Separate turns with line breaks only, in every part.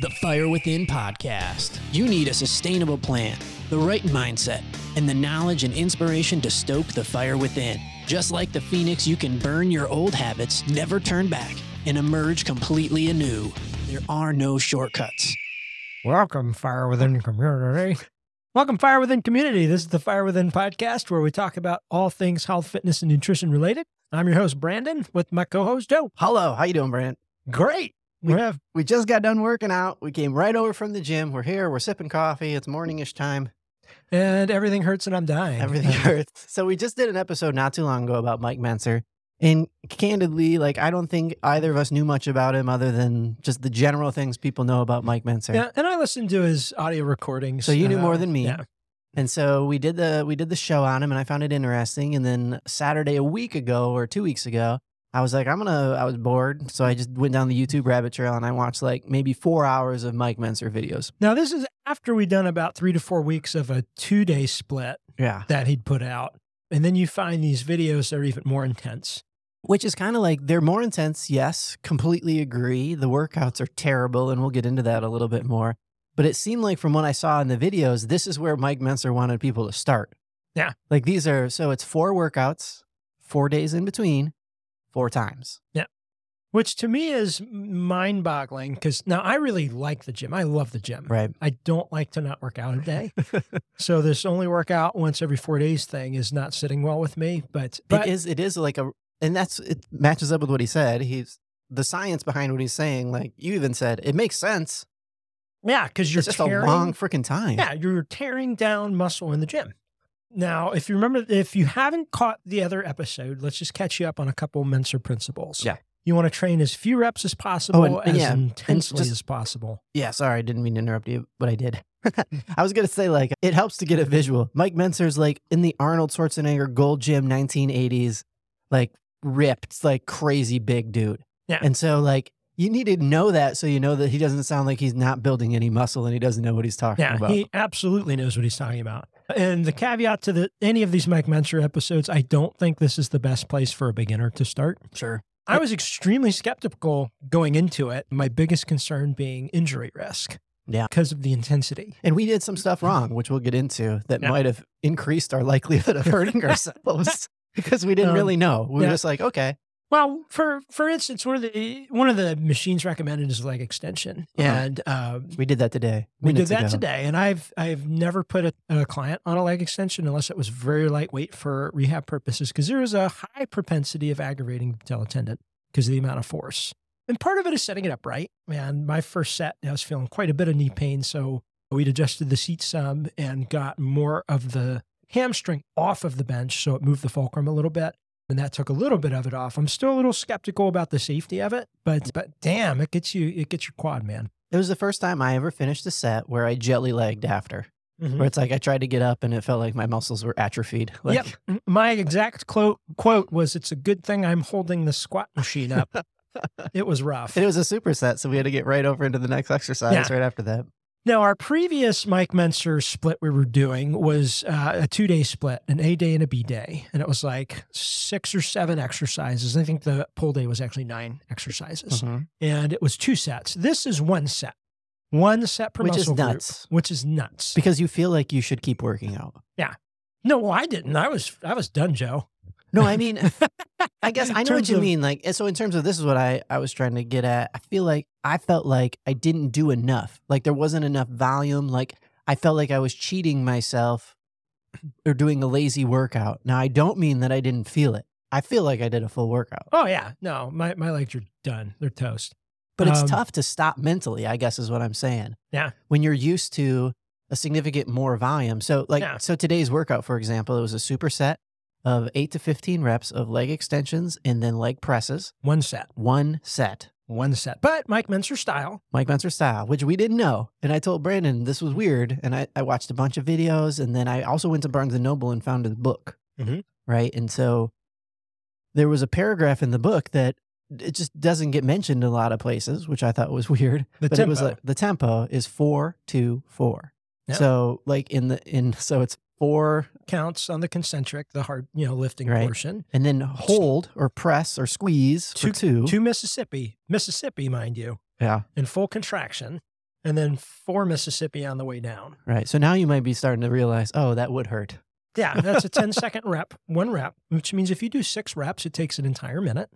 The Fire Within podcast. You need a sustainable plan, the right mindset, and the knowledge and inspiration to stoke the fire within. Just like the phoenix, you can burn your old habits, never turn back, and emerge completely anew. There are no shortcuts.
Welcome, Fire Within Community. Welcome, Fire Within Community. This is the Fire Within podcast where we talk about all things health, fitness, and nutrition related. I'm your host, Brandon, with my co host, Joe.
Hello, how you doing, Brant?
Great. We have,
We just got done working out. We came right over from the gym. We're here. We're sipping coffee. It's morningish time.
and everything hurts and I'm dying.
Everything hurts. So we just did an episode not too long ago about Mike Menser, and candidly, like I don't think either of us knew much about him other than just the general things people know about Mike Menser.
Yeah, and I listened to his audio recordings. Uh,
So you knew more than me.
Yeah.
And so we did the we did the show on him, and I found it interesting. And then Saturday a week ago or two weeks ago, I was like, I'm gonna. I was bored, so I just went down the YouTube rabbit trail and I watched like maybe four hours of Mike Menser videos.
Now, this is after we'd done about three to four weeks of a two day split
Yeah,
that he'd put out. And then you find these videos that are even more intense.
which is kind of like they're more intense. Yes, completely agree. The workouts are terrible, and we'll get into that a little bit more. But it seemed like from what I saw in the videos, this is where Mike Menser wanted people to start.
Yeah.
like these are so it's four workouts, four days in between, four times.
which to me is mind boggling because now I really like the gym. I love the gym.
Right.
I don't like to not work out a day. so this only workout once every four days thing is not sitting well with me. But, but
it is it is like a and that's it matches up with what he said. He's the science behind what he's saying, like you even said, it makes sense.
yeah, because you're
it's just a
tearing,
long freaking time.
yeah, you're tearing down muscle in the gym. Now, if you remember, if you haven't caught the other episode, let's just catch you up on a couple Menser principles.
Yeah. Oh,
You want to train as few reps as possible,
and
as
yeah, and
intensely
just-
as possible.
Yeah, sorry, I didn't mean to interrupt you, but I did. I was gonna say like it helps to get a visual. Mike Menser's like in the Arnold Schwarzenegger Gold Gym 1980s, like ripped, like crazy big dude.
Yeah.
and so like you need to know that so you know that he doesn't sound like he's not building any muscle and he doesn't know what he's talking
Yeah,
about.
he absolutely knows what he's talking about. And the caveat to the, any of these Mike Menser episodes, I don't think this is the best place for a beginner to start.
sure.
I was extremely skeptical going into it. My biggest concern being injury risk.
Yeah.
Because of the intensity.
And we did some stuff wrong, which we'll get into, that
Yeah.
might have increased our likelihood of hurting ourselves because we didn't
Um,
really know. We were
yeah.
just like, okay,
Well, for for instance, one of the one of the machines recommended is leg extension,
Yeah.
and um,
we did that today.
we
minutes
did that
ago.
today. And I've I've never put a, a client on a leg extension unless it was very lightweight for rehab purposes, because there is a high propensity of aggravating patella tendon because of the amount of force. And part of it is setting it up right. Man, my first set, I was feeling quite a bit of knee pain, so we'd adjusted the seat some and got more of the hamstring off of the bench, so it moved the fulcrum a little bit. And that took a little bit of it off. I'm still a little skeptical about the safety of it, but but damn, it gets you it gets your quad, man.
It was the first time I ever finished a set where I jelly legged after, where it's like I tried to get up and it felt like my muscles were atrophied. Like,
Mm-hmm. yep. My exact quote quote was, "It's a good thing I'm holding the squat machine up." it was rough.
And it was a superset, so we had to get right over into the next exercise
Yeah.
right after that.
now, our previous Mike Menser split we were doing was uh, a two day split, an A day and a B day, and it was like six or seven exercises. I think the pull day was actually nine
Mm-hmm.
exercises, and it was two sets. This is one set, one set per
Which is
muscle group,
nuts.
which is nuts.
Because you feel like you should keep working out.
no, well, I didn't. I was I was done, Joe.
No, I mean, I guess
In
I know what
terms
you
of-
mean. Like, and so in terms of this is what I, I was trying to get at. I feel like I felt like I didn't do enough. Like there wasn't enough volume. Like I felt like I was cheating myself or doing a lazy workout. Now I don't mean that I didn't feel it. I feel like I did a full workout,
Oh yeah, no, my my legs are done. They're toast.
but it's
Um,
tough to stop mentally. I guess is what I'm saying.
Yeah.
When you're used to a significant more volume. So like
Yeah.
so today's workout, for example, it was a superset of eight to fifteen reps of leg extensions and then leg presses.
One set.
One set.
one set. But Mike Menser style.
Mike Menser style, which we didn't know. And I told Brandon this was weird. And I, I watched a bunch of videos. And then I also went to Barnes and Noble and found his book.
Mhm.
Right. And so there was a paragraph in the book that it just doesn't get mentioned in a lot of places, which I thought was weird.
The
but it was
tempo.
like the tempo is four two four.
Yeah.
So like in the in so it's four
Counts on the concentric, the hard, you know, lifting
Right.
portion.
and then hold or press or squeeze for two.
To Mississippi, Mississippi, mind you,
Yeah.
in full contraction. and then four Mississippi on the way down.
Right. So now you might be starting to realize, oh, that would hurt.
Yeah, that's a 10 second rep, one rep, which means if you do six reps, it takes an entire minute.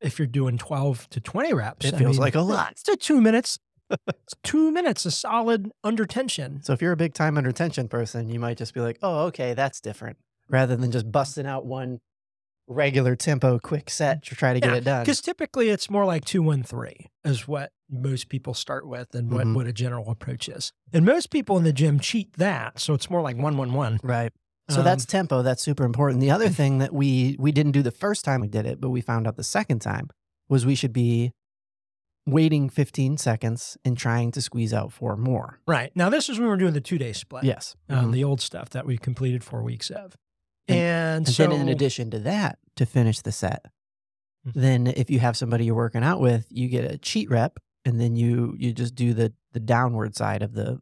If you're doing 12 to 20 reps,
It feels like a lot.
It's still two minutes. it's two minutes of solid under tension.
So if you're a big time under tension person, you might just be like, oh, okay, that's different, rather than just busting out one regular tempo quick set to try to get
Yeah,
it done.
Because typically it's more like 213 is what most people start with and what,
Mhm.
what a general approach is. And most people in the gym cheat that. So it's more like 111.
Right. So
Um,
that's tempo. That's super important. The other thing that we we didn't do the first time we did it, but we found out the second time was we should be waiting 15 seconds and trying to squeeze out four more.
Right. Now, this is when we're doing the two day split.
Yes.
um,
Mhm.
the old stuff that we completed four weeks of.
And-
And,
And
so,
then in addition to that, to finish the set,
Mhm.
then if you have somebody you're working out with, you get a cheat rep and then you you just do the the downward side of the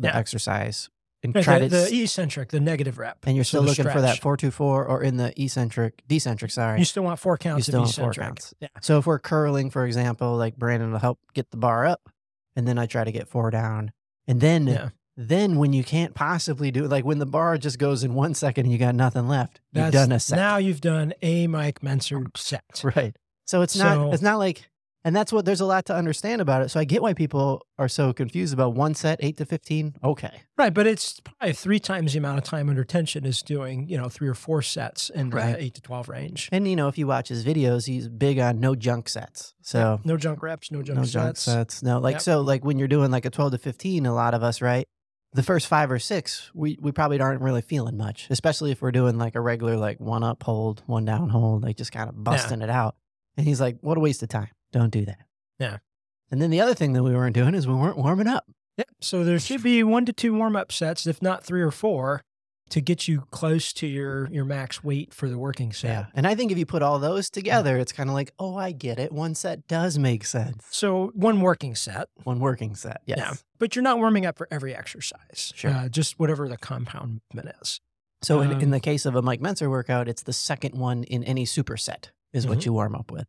the
Yeah.
exercise and
Right,
try
the,
to s-
the eccentric, the negative rep,
and you're
so
still
the
looking for that
stretch.
424 or in the eccentric decentric, sorry.
You still want four counts
still
of
want four
eccentric.
counts.
Yeah.
So if we're curling, for example, like Brandon will help get the bar up, and then I try to get four down, and then
Yeah.
then when you can't possibly do like when the bar just goes in one second and you got nothing left,
That's,
you've done a set.
Now you've done a Mike Menser set.
right. So it's not
So-
it's not like and that's what there's a lot to understand about it. So I get why people are so confused about one set, eight to fifteen. Okay.
Right, but it's probably three times the amount of time under tension is doing, you know, three or four sets in
Right.
the eight to twelve range.
And you know, if you watch his videos, he's big on no junk sets. So
no junk reps, no junk
no
sets.
junk sets. No, like
Yep.
so, like when you're doing like a 12 to 15, a lot of us, right? The first five or six, we we probably aren't really feeling much, especially if we're doing like a regular like one up hold, one down hold, like just kind of busting it out. And he's like, "What a waste of time! Don't do that."
Yeah.
And then the other thing that we weren't doing is we weren't warming up.
Yep. So there should be one to two warm up sets, if not three or four, to get you close to your your max weight for the working set.
And I think if you put all those together, it's kind of like, "Oh, I get it. One set does make sense.
So one working set.
One working set. Yes.
Yeah. But you're not warming up for every exercise.
Sure.
Uh, just whatever the compound movement is.
So in,
Um,
in the case of a Mike Menser workout, it's the second one in any superset is
Mhm.
what you warm up with.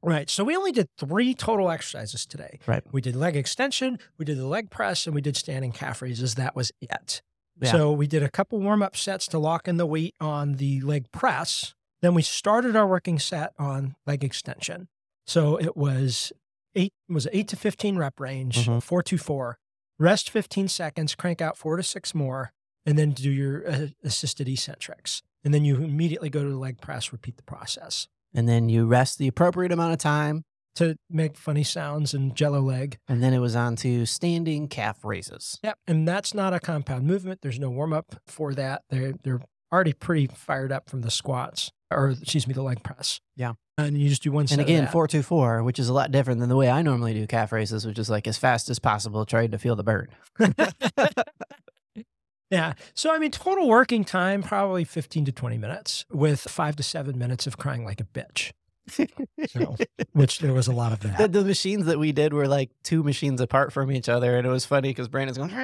Right. So we only did three total exercises today.
Right.
We did leg extension, we did the leg press, and we did standing calf raises. That was it.
Yeah.
So we did a couple warm up sets to lock in the weight on the leg press. Then we started our working set on leg extension. So it was eight was it eight to fifteen rep range,
Mhm.
four to four. Rest fifteen seconds, crank out four to six more, and then do your uh, assisted eccentrics. And then you immediately go to the leg press, repeat the process.
and then you rest the appropriate amount of time
to make funny sounds and jello leg.
and then it was on to standing calf raises
Yep. And that's not a compound movement. There's no warm up for that. They're they're already pretty fired up from the squats or excuse me, the leg press.
Yeah.
And you just do one set.
and
of
again
that.
424 which is a lot different than the way i normally do calf raises which is like as fast as possible trying to feel the burn
yeah. So I mean total working time probably fifteen to twenty minutes with five to seven minutes of crying like a bitch. So, which there was a lot of
the,
that.
the machines that we did were like two machines apart from each other and it was funny because brandon's going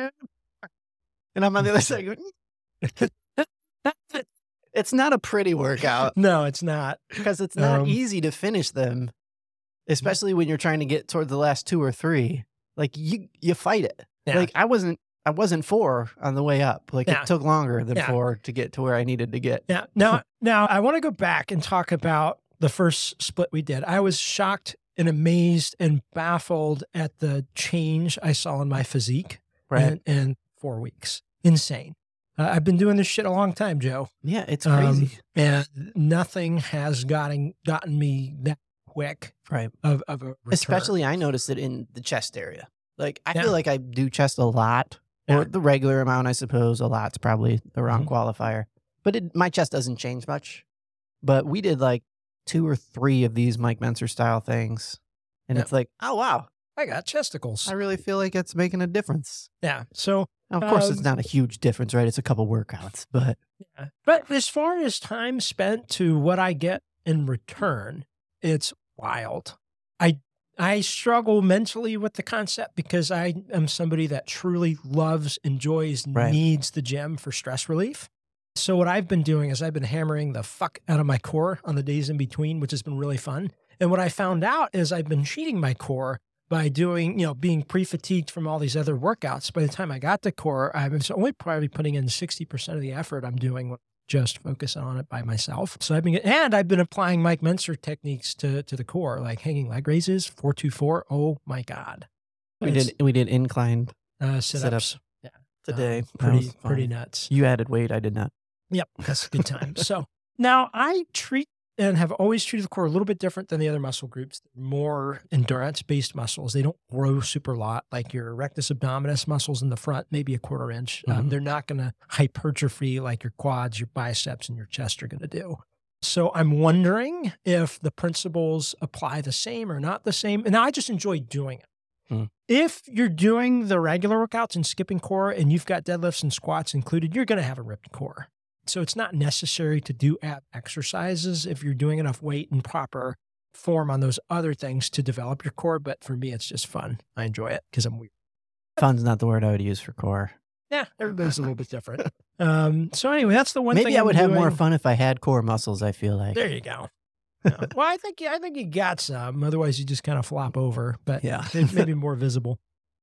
and i'm on the other side going it's not a pretty workout
No, it's not.
because it's not
Um, Mm.
easy to finish them, especially when you're trying to get toward the last two or three. Like you, you fight it.
Yeah.
Like I wasn't, I wasn't four on the way up. Like
Yeah.
it took longer than
Yeah.
four to get to where I needed to get.
Yeah. Now, now I want to go back and talk about the first split we did. I was shocked and amazed and baffled at the change I saw in my physique in, in four weeks. Insane. Uh, I've been doing this shit a long time, Joe,
yeah, it's
Um,
crazy.
and nothing has gotten gotten me that quick
right.
of, of a return.
Especially, I noticed it in the chest area. Like I
Yeah.
feel like I do chest a lot,
Yeah.
or the regular amount, I suppose. A lot's probably the wrong
Mhm.
qualifier, but it, my chest doesn't change much. But we did like two or three of these Mike Menser style things, and
Yeah.
it's like, oh wow,
I got chesticles.
I really feel like it's making a difference.
yeah. So
Now, of course, it's
Um,
not a huge difference, right? It's a couple workouts, but
Yeah. But as far as time spent to what I get in return, it's wild. I I struggle mentally with the concept because I am somebody that truly loves, enjoys,
Right.
needs the gym for stress relief. So what I've been doing is I've been hammering the fuck out of my core on the days in between, which has been really fun. And what I found out is I've been cheating my core by doing, you know, being pre-fatigued from all these other workouts. By the time I got to core, I was only probably putting in 60% of the effort I'm doing when I just focusing on it by myself. So I've been, and I've been applying Mike Menser techniques to, to the core, like hanging leg raises, 424. Oh my God.
We did we did inclined
uh,
sit-ups.
sit-ups.
today. That
Pretty,
was fun.
pretty nuts.
You added weight. I did not.
Yep, that's a good time. so now I treat and have always treated the core a little bit different than the other muscle groups. More endurance based muscles. They don't grow super lot like your rectus abdominis muscles in the front, maybe a quarter inch. Um,
Mhm.
they're not going to hypertrophy like your quads, your biceps, and your chest are going to do. So I'm wondering if the principles apply the same or not the same. And I just enjoy doing it.
Hmm.
If you're doing the regular workouts and skipping core and you've got deadlifts and squats included, you're going to have a ripped core. So it's not necessary to do ab exercises if you're doing enough weight and proper form on those other things to develop your core. But for me, it's just fun. I enjoy it because I'm weird.
Fun's not the word I would use for core.
Yeah, everybody's a little bit different. Um, so anyway, that's the one thing
Maybe I
I'm
would have more
doing.
fun if I had core muscles. I feel like.
There you go. No. well, I think I think you got some. Otherwise, you just kind of flop over. But
Yeah.
it may be more visible.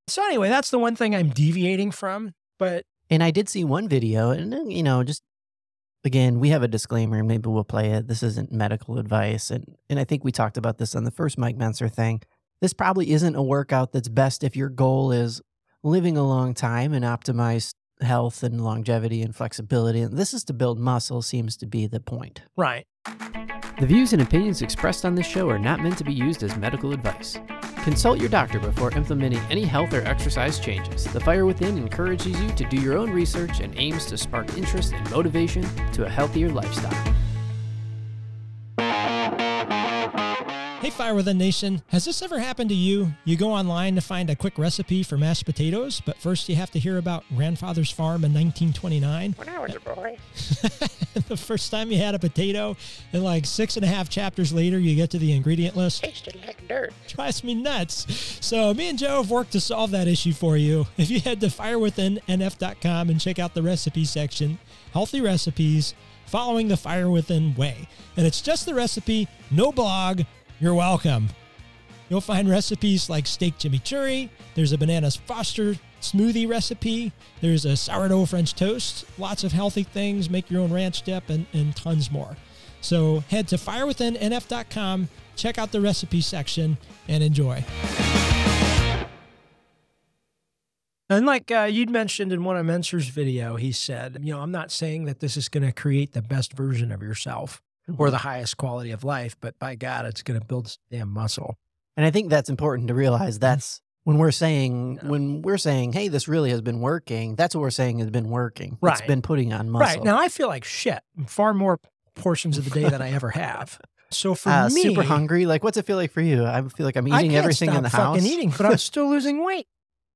So anyway, that's the one thing I'm deviating from. But
And I did see one video, and uh, you know, just again, we have a disclaimer. Maybe we'll play it. This isn't medical advice, and and I think we talked about this on the first Mike Menser thing. This probably isn't a workout that's best if your goal is living a long time and optimize health and longevity and flexibility. And this is to build muscle. Seems to be the point.
right,
The views and opinions expressed on this show are not meant to be used as medical advice. Consult your doctor before implementing any health or exercise changes. The Fire Within encourages you to do your own research and aims to spark interest and motivation to a healthier lifestyle.
Hey, Fire Within Nation, has this ever happened to you? You go online to find a quick recipe for mashed potatoes, but first you have to hear about Grandfather's Farm in 1929.
When I was a boy.
the first time you had a potato, and like six and a half chapters later, you get to the ingredient list.
Tasted like dirt.
drives me nuts. So me and Joe have worked to solve that issue for you. If you head to firewithinnf.com and check out the recipe section, healthy recipes following the Fire Within way. And it's just the recipe, no blog. You're welcome. You'll find recipes like steak chimichurri, there's a bananas foster smoothie recipe, there's a sourdough French toast, lots of healthy things, make your own ranch dip, and, and tons more. So head to firewithinnf.com, check out the recipe section, and enjoy. And like uh, you'd mentioned in one of Menser's video, he said, you know, I'm not saying that this is going to create the best version of yourself or the highest quality of life, but by God, it's going to build some damn muscle.
And I think that's important to realize. That's when we're saying when we're saying, hey, this really has been working. That's what we're saying has been working. It's
Right.
been putting on muscle.
Right. Now I feel like shit far more portions of the day than I ever have. So for
uh,
me,
super hungry. Like, what's it feel like for you? I feel like I'm
I
eating
can't
everything
stop
in the
fucking
house.
eating, but I'm still losing weight.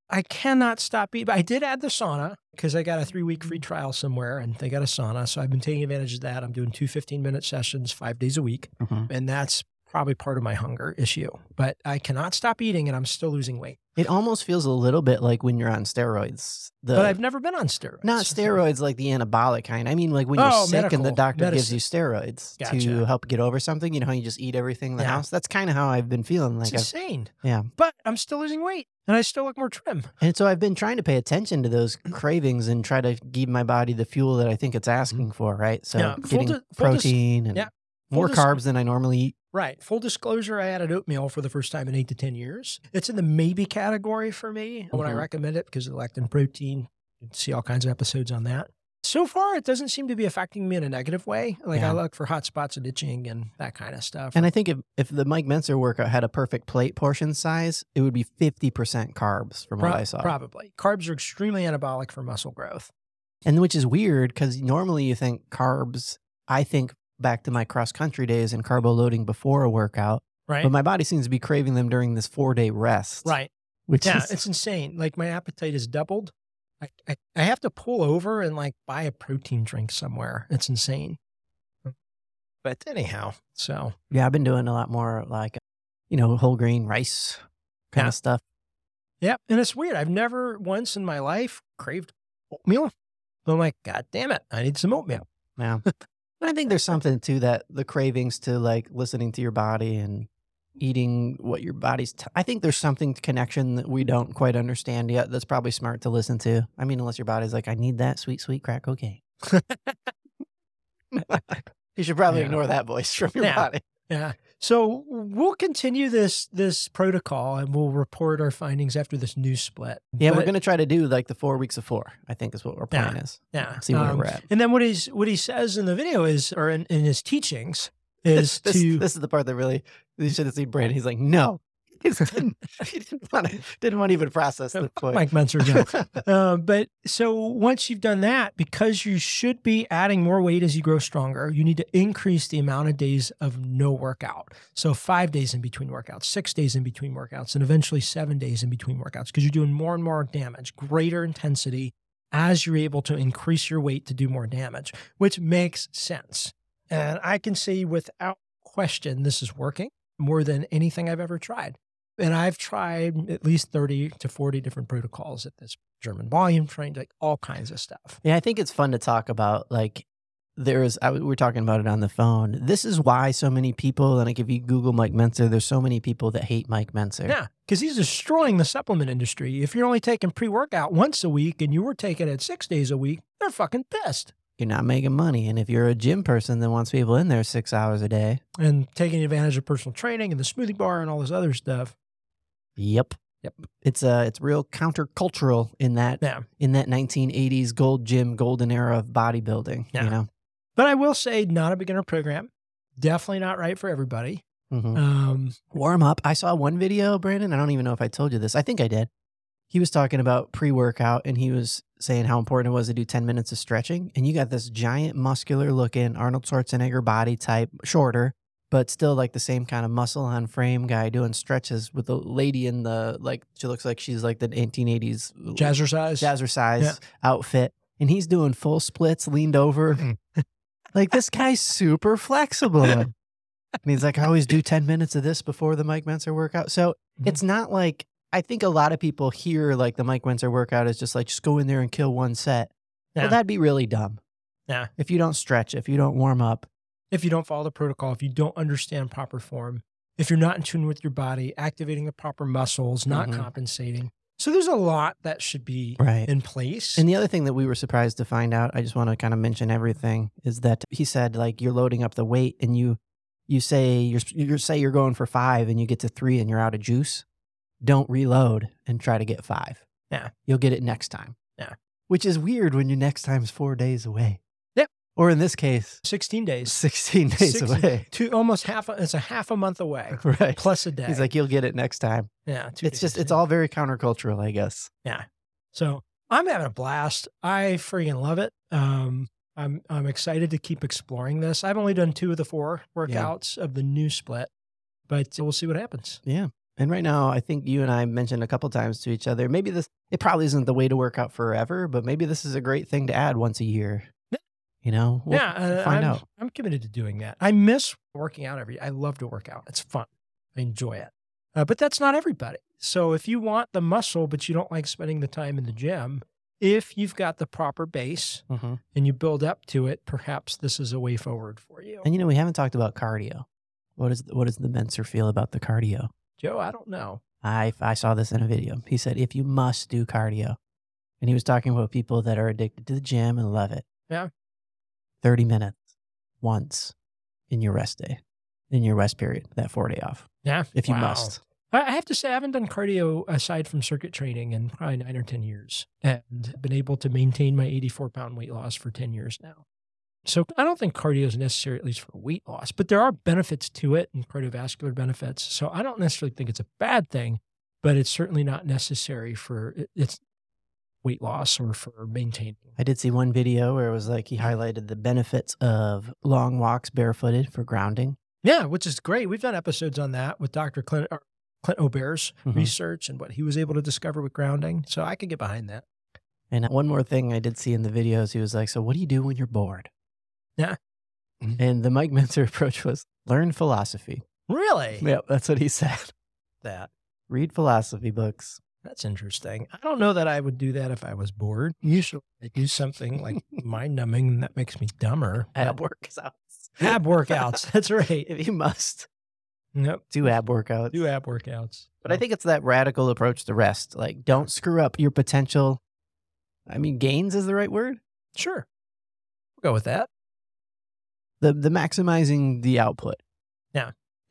I cannot stop eating. But I did add the sauna because I got a three week free trial somewhere and they got a sauna. So I've been taking advantage of that. I'm doing two 15 minute sessions five days a week.
Mhm.
And that's probably part of my hunger issue. But I cannot stop eating and I'm still losing weight.
It almost feels a little bit like when you're on steroids. The,
but I've never been on steroids.
not steroids like the anabolic kind. I mean, like when you're
Oh,
sick and the
medical
doctor gives you steroids to
Gotcha.
help get over something. You know how you just eat everything in the
Yeah.
house. That's kind of how I've been feeling. Like,
It's
I've,
insane.
yeah.
But I'm still losing weight and I still look more trim.
And so I've been trying to pay attention to those cravings and try to give my body the fuel that I think it's asking for, right? So
Mm-hmm. Yeah, full
getting
di- full dis-
protein and
yeah, full
more
dis-
carbs than I normally eat.
Right. Full disclosure, I added oatmeal for the first time in eight to 10 years. It's in the maybe category for me when I
Mhm.
recommend it because of the lectin protein. You can see all kinds of episodes on that. So far, it doesn't seem to be affecting me in a negative way. Like
Yeah.
I look for hot spots and itching and that kind of stuff.
And I think if, if the Mike Menser workout had a perfect plate portion size, it would be 50% carbs from what
Prob-
I saw.
Probably. Carbs are extremely anabolic for muscle growth.
And which is weird because normally you think carbs, I think back to my cross country days and carbo loading before a workout,
Right.
but my body seems to be craving them during this four day rest.
right.
Which
Yeah.
is,
It's insane. Like my appetite is doubled. I, I, I have to pull over and like buy a protein drink somewhere. It's insane.
Hmm.
But anyhow, so.
yeah, I've been doing a lot more like, you know, whole grain rice kind
Yeah.
of stuff.
Yep. And it's weird. I've never once in my life craved oatmeal. I'm like, God damn it. I need some oatmeal.
Yeah. and I think there's something to that, the cravings to like listening to your body and eating what your body's. T- I think there's something connection that we don't quite understand yet. That's probably smart to listen to. I mean, unless your body's like, I need that sweet, sweet crack cocaine. you should probably
Yeah.
ignore that voice from your
Yeah.
body.
Yeah. So we'll continue this this protocol and we'll report our findings after this new split.
Yeah, we're
But-
gonna try to do like the four weeks of four. I think is what our plan is.
yeah,
See where
um,
we're at.
And then what he's what he says in the video is, or in, in his teachings, is
this,
to
this is the part that really you should have seen Brandon. He's like, no. he didn't want to didn't want to even process the point.
Mike Menzer. yeah. Uh, but so once you've done that, because you should be adding more weight as you grow stronger, you need to increase the amount of days of no workout. So five days in between workouts, six days in between workouts, and eventually seven days in between workouts because you're doing more and more damage, greater intensity as you're able to increase your weight to do more damage, which makes sense. And I can say without question, this is working more than anything I've ever tried. And I've tried at least 30 to 40 different protocols at this German volume trained, like all kinds of stuff.
Yeah, I think it's fun to talk about. Like, there is, I, we were talking about it on the phone. This is why so many people, and like if you Google Mike Menzer, there's so many people that hate Mike Menzer.
Yeah, because he's destroying the supplement industry. If you're only taking pre workout once a week and you were taking it six days a week, they're fucking pissed.
You're not making money. And if you're a gym person that wants people in there six hours a day,
And taking advantage of personal training and the smoothie bar and all this other stuff.
yep.
Yep.
It's uh it's real countercultural in that
Yeah.
in that 1980s gold gym golden era of bodybuilding.
Yeah.
You know,
But I will say, not a beginner program. Definitely not right for everybody.
Mhm.
Um,
warm up. I saw one video, Brandon. I don't even know if I told you this. I think I did. He was talking about pre workout and he was saying how important it was to do 10 minutes of stretching. And you got this giant, muscular looking Arnold Schwarzenegger body type, shorter, but still like the same kind of muscle on frame guy doing stretches with the lady in the, like, she looks like she's like the uh, 1980s
jazzercise.
jazzercise
Yeah.
outfit. And he's doing full splits, leaned over.
Mm-hmm.
like, this guy's super flexible. and he's like, I always do 10 minutes of this before the Mike Menzer workout. So
Mhm.
it's not like, I think a lot of people hear like the Mike Menzer workout is just like, just go in there and kill one set.
Yeah.
Well, that'd be really dumb.
Yeah.
If you don't stretch, if you don't warm up,
if you don't follow the protocol, if you don't understand proper form, if you're not in tune with your body, activating the proper muscles, not
Mhm.
compensating. So there's a lot that should be
right.
in place.
And the other thing that we were surprised to find out, I just want to kind of mention everything, is that he said like you're loading up the weight and you you say you're you say you're going for five and you get to three and you're out of juice. Don't reload and try to get five.
Yeah.
you'll get it next time.
Yeah.
which is weird when your next time's four days away.
Yep.
Or in this case,
16 days,
sixteen days
16
away.
two almost half. A, it's a half a month away,
right.
plus a day.
He's like, you'll get it next time.
yeah, two
It's
days.
just, it's all very countercultural, I guess.
So I'm having a blast. I freaking love it. Um, I'm I'm excited to keep exploring this. I've only done two of the four workouts of the new split, but we'll see what happens.
And right now, I think you and I mentioned a couple times to each other. Maybe this it probably isn't the way to work out forever, but maybe this is a great thing to add once a year. You know, We'll-
yeah, uh,
find
I'm,
out.
I'm committed to doing that. I miss working out every. I love to work out. It's fun. I enjoy it. Uh, but that's not everybody. So if you want the muscle, but you don't like spending the time in the gym, if you've got the proper base
Mhm.
and you build up to it, perhaps this is a way forward for you.
And you know, we haven't talked about cardio. What is what does the Menser feel about the cardio?
Joe, I don't know.
I I saw this in a video. He said if you must do cardio, and he was talking about people that are addicted to the gym and love it.
Yeah.
thirty minutes once in your rest day, in your rest period, that four day off,
Yeah,
if you
Wow.
must.
I I have to say, I haven't done cardio aside from circuit training in probably nine or 10 years and been able to maintain my 84 pound weight loss for 10 years now. So I don't think cardio is necessary, at least for weight loss, but there are benefits to it and cardiovascular benefits. So I don't necessarily think it's a bad thing, but it's certainly not necessary for it- its weight loss or for maintaining.
I did see one video where it was like he highlighted the benefits of long walks barefooted for grounding.
Yeah, which is great. We've done episodes on that with Dr. Clint, or Clint Aubert's
Mhm.
research and what he was able to discover with grounding. So I could get behind that.
And uh, one more thing I did see in the videos, he was like, So, what do you do when you're bored?
Yeah. Mm-hmm.
And the Mike Mentor approach was learn philosophy.
Really?
Yeah, that's what he said.
That.
Read philosophy books.
That's interesting. I don't know that I would do that if I was bored. Usually I do something like mind numbing and that makes me dumber.
Ab workouts.
Ab workouts. That's right.
If you must.
Nope.
Do ab workouts.
Do ab workouts.
But I think it's that radical approach to rest. Like, don't screw up your potential. I mean, gains is the right word.
Sure. We'll go with that.
The the maximizing the output,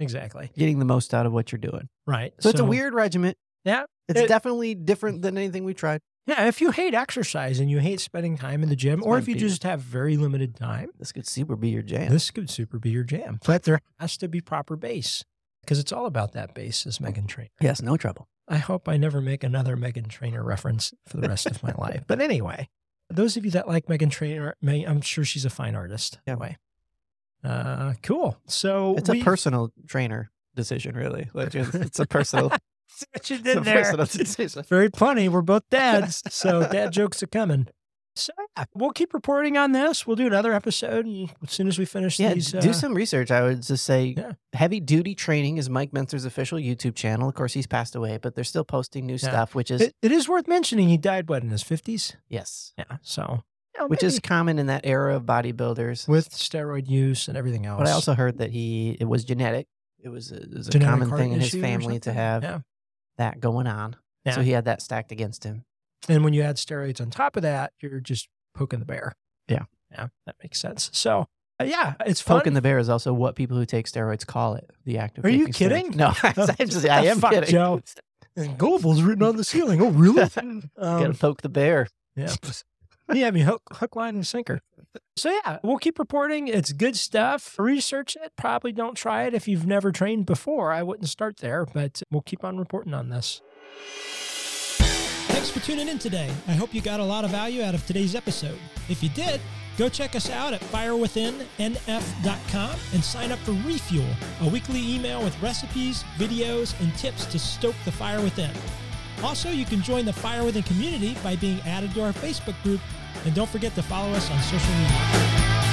Exactly.
getting the most out of what you're doing.
Right.
So, it's a weird regiment.
Yeah.
It's
It-
definitely different than anything we tried.
Yeah. If you hate exercise and you hate spending time in the gym,
This
or
might
if you
be-
just have very limited time,
This could super be your jam.
this could super be your jam. But there has to be proper base because it's all about that base, as Megan Trainor.
yes, no trouble.
I hope I never make another Megan Trainor reference for the rest of my life. But anyway, those of you that like Megan Trainor, Meg, I'm sure she's a fine artist.
Yeah.
Anyway. Uh, cool. So
It's a
we've-
personal trainer decision, really. Like, it's, it's a personal,
See what you
it's a
did there.
personal decision.
Very funny. We're both dads, so dad jokes are coming. So yeah, we'll keep reporting on this. We'll do another episode and as soon as we finish
Yeah,
these.
do
uh,
some research. I would just say
Yeah.
Heavy Duty Training is Mike Mentzer's official YouTube channel. Of course, he's passed away, but they're still posting new stuff, which is,
it, it is worth mentioning. He died what in his fifties?
yes,
Yeah. So yeah,
which is
maybe
common in that era of bodybuilders.
with steroid use and everything else.
But I also heard that he, it was genetic. It was a, it was a
Genetic
common
heart
thing in his
issue or
family to
something.
have
Yeah.
that going on.
Yeah.
So he had that stacked against him.
And when you add steroids on top of that, you're just poking the bear.
Yeah.
Yeah. That makes sense. So uh, yeah, it's fun.
Poking the bear is also what people who take steroids call it. The act of
Are you
taking steroids.
kidding?
No, I'm just, I am
Fuck,
kidding.
Joe. and Goebbels written on the ceiling. Oh, really?
Gotta
Um,
poke the bear.
Yeah. yeah, I mean, hook, hook, line, and sinker. So, yeah, we'll keep reporting. It's good stuff. Research it. Probably don't try it if you've never trained before. I wouldn't start there, but we'll keep on reporting on this.
Thanks for tuning in today. I hope you got a lot of value out of today's episode. If you did, go check us out at firewithinnf.com and sign up for Refuel, a weekly email with recipes, videos, and tips to stoke the fire within. Also, you can join the Fire Within community by being added to our Facebook group, and don't forget to follow us on social media.